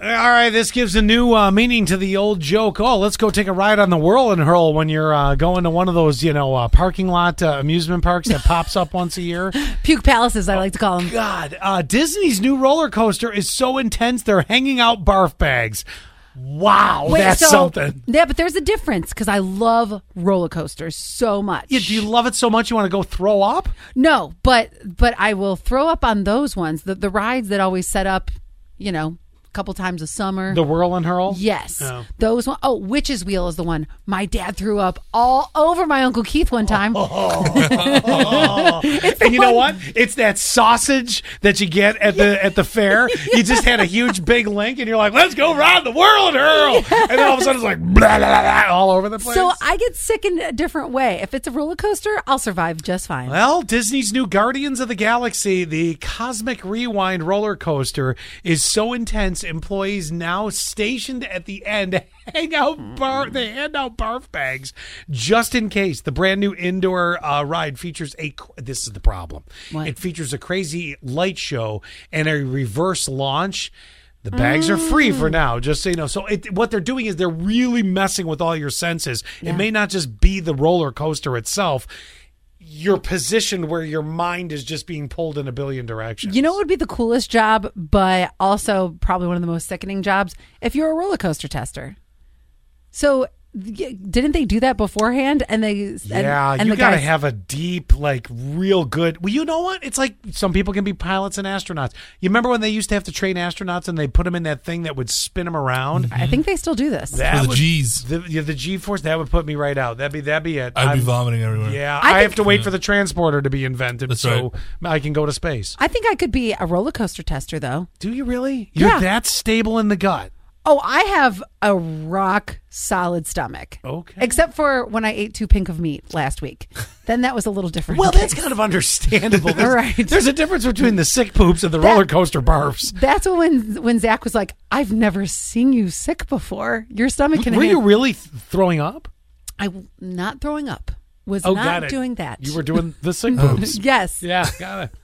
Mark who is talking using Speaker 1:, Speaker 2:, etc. Speaker 1: All right, this gives a new uh, meaning to the old joke. Oh, let's go take a ride on the whirl and hurl when you're uh, going to one of those, you know, uh, parking lot uh, amusement parks that pops up once a year.
Speaker 2: Puke palaces, I like to call them.
Speaker 1: God, uh, Disney's new roller coaster is so intense they're hanging out barf bags. Wow,
Speaker 2: Wait,
Speaker 1: that's
Speaker 2: so-
Speaker 1: something.
Speaker 2: Yeah, but there's a difference because I love roller coasters so much.
Speaker 1: Yeah, do you love it so much you want to go throw up?
Speaker 2: No, but but I will throw up on those ones. The the rides that always set up, you know, a couple times a summer.
Speaker 1: The whirl and hurl?
Speaker 2: yes.
Speaker 1: Oh.
Speaker 2: Those one oh, Witch's Wheel is the one my dad threw up all over my Uncle Keith one time.
Speaker 1: Oh,
Speaker 2: it's the
Speaker 1: And you know
Speaker 2: one-
Speaker 1: what? It's that sausage that you get at the at the fair. You just had a huge big link, and you're like, "Let's go ride the whirl and hurl," and then all of a sudden it's like blah, blah, blah, blah, all over the place.
Speaker 2: So I get sick in a different way. If it's a roller coaster, I'll survive just fine.
Speaker 1: Well, Disney's new Guardians of the Galaxy, the Cosmic Rewind roller coaster, is so intense. Employees now stationed at the end hang out bar. They hand out barf bags just in case. The brand new indoor uh, ride features a. cr- This is the problem. It features a crazy light show and a reverse launch. The bags are free for now, just so you know. So it, what they're doing is they're really messing with all your senses. It may not just be the roller coaster itself you're positioned where your mind is just being pulled in a billion directions.
Speaker 2: You know what would be the coolest job, but also probably one of the most sickening jobs? If you're a roller coaster tester. So y- didn't they do that beforehand? And they and,
Speaker 1: yeah,
Speaker 2: and
Speaker 1: you
Speaker 2: the
Speaker 1: gotta
Speaker 2: guys-
Speaker 1: have a deep, like, real good. Well, you know what? It's like some people can be pilots and astronauts. You remember when they used to have to train astronauts and they put them in that thing that would spin them around?
Speaker 2: I think they still do this.
Speaker 1: That
Speaker 3: For the
Speaker 1: would-
Speaker 3: G's.
Speaker 1: the, yeah, the G force that would put me right out. That'd be that'd be it.
Speaker 3: I'd
Speaker 1: I'm-
Speaker 3: be vomiting everywhere.
Speaker 1: Yeah,
Speaker 2: I
Speaker 1: I,
Speaker 2: think-
Speaker 1: have to wait for the transporter to be invented
Speaker 3: That's
Speaker 1: so I can go to space.
Speaker 2: I think I could be a roller coaster tester though.
Speaker 1: Do you really? You're
Speaker 2: Yeah.
Speaker 1: that stable in the gut.
Speaker 2: Oh, I have a rock solid stomach.
Speaker 1: Okay.
Speaker 2: Except for when I ate too pink of meat last week. then that was a little different.
Speaker 1: Well, that's kind of understandable. There's,
Speaker 2: right.
Speaker 1: there's a difference between the sick poops and the
Speaker 2: That-
Speaker 1: roller coaster barfs.
Speaker 2: That's when when Zach was like, "I've never seen you sick before. Your stomach can."
Speaker 1: Were you
Speaker 2: handle-
Speaker 1: really th- throwing up?
Speaker 2: I w- not throwing up. Was
Speaker 1: Oh,
Speaker 2: not
Speaker 1: got it.
Speaker 2: doing that. Oh.
Speaker 1: You were doing the sick poops.
Speaker 2: yes.
Speaker 1: Yeah, got it.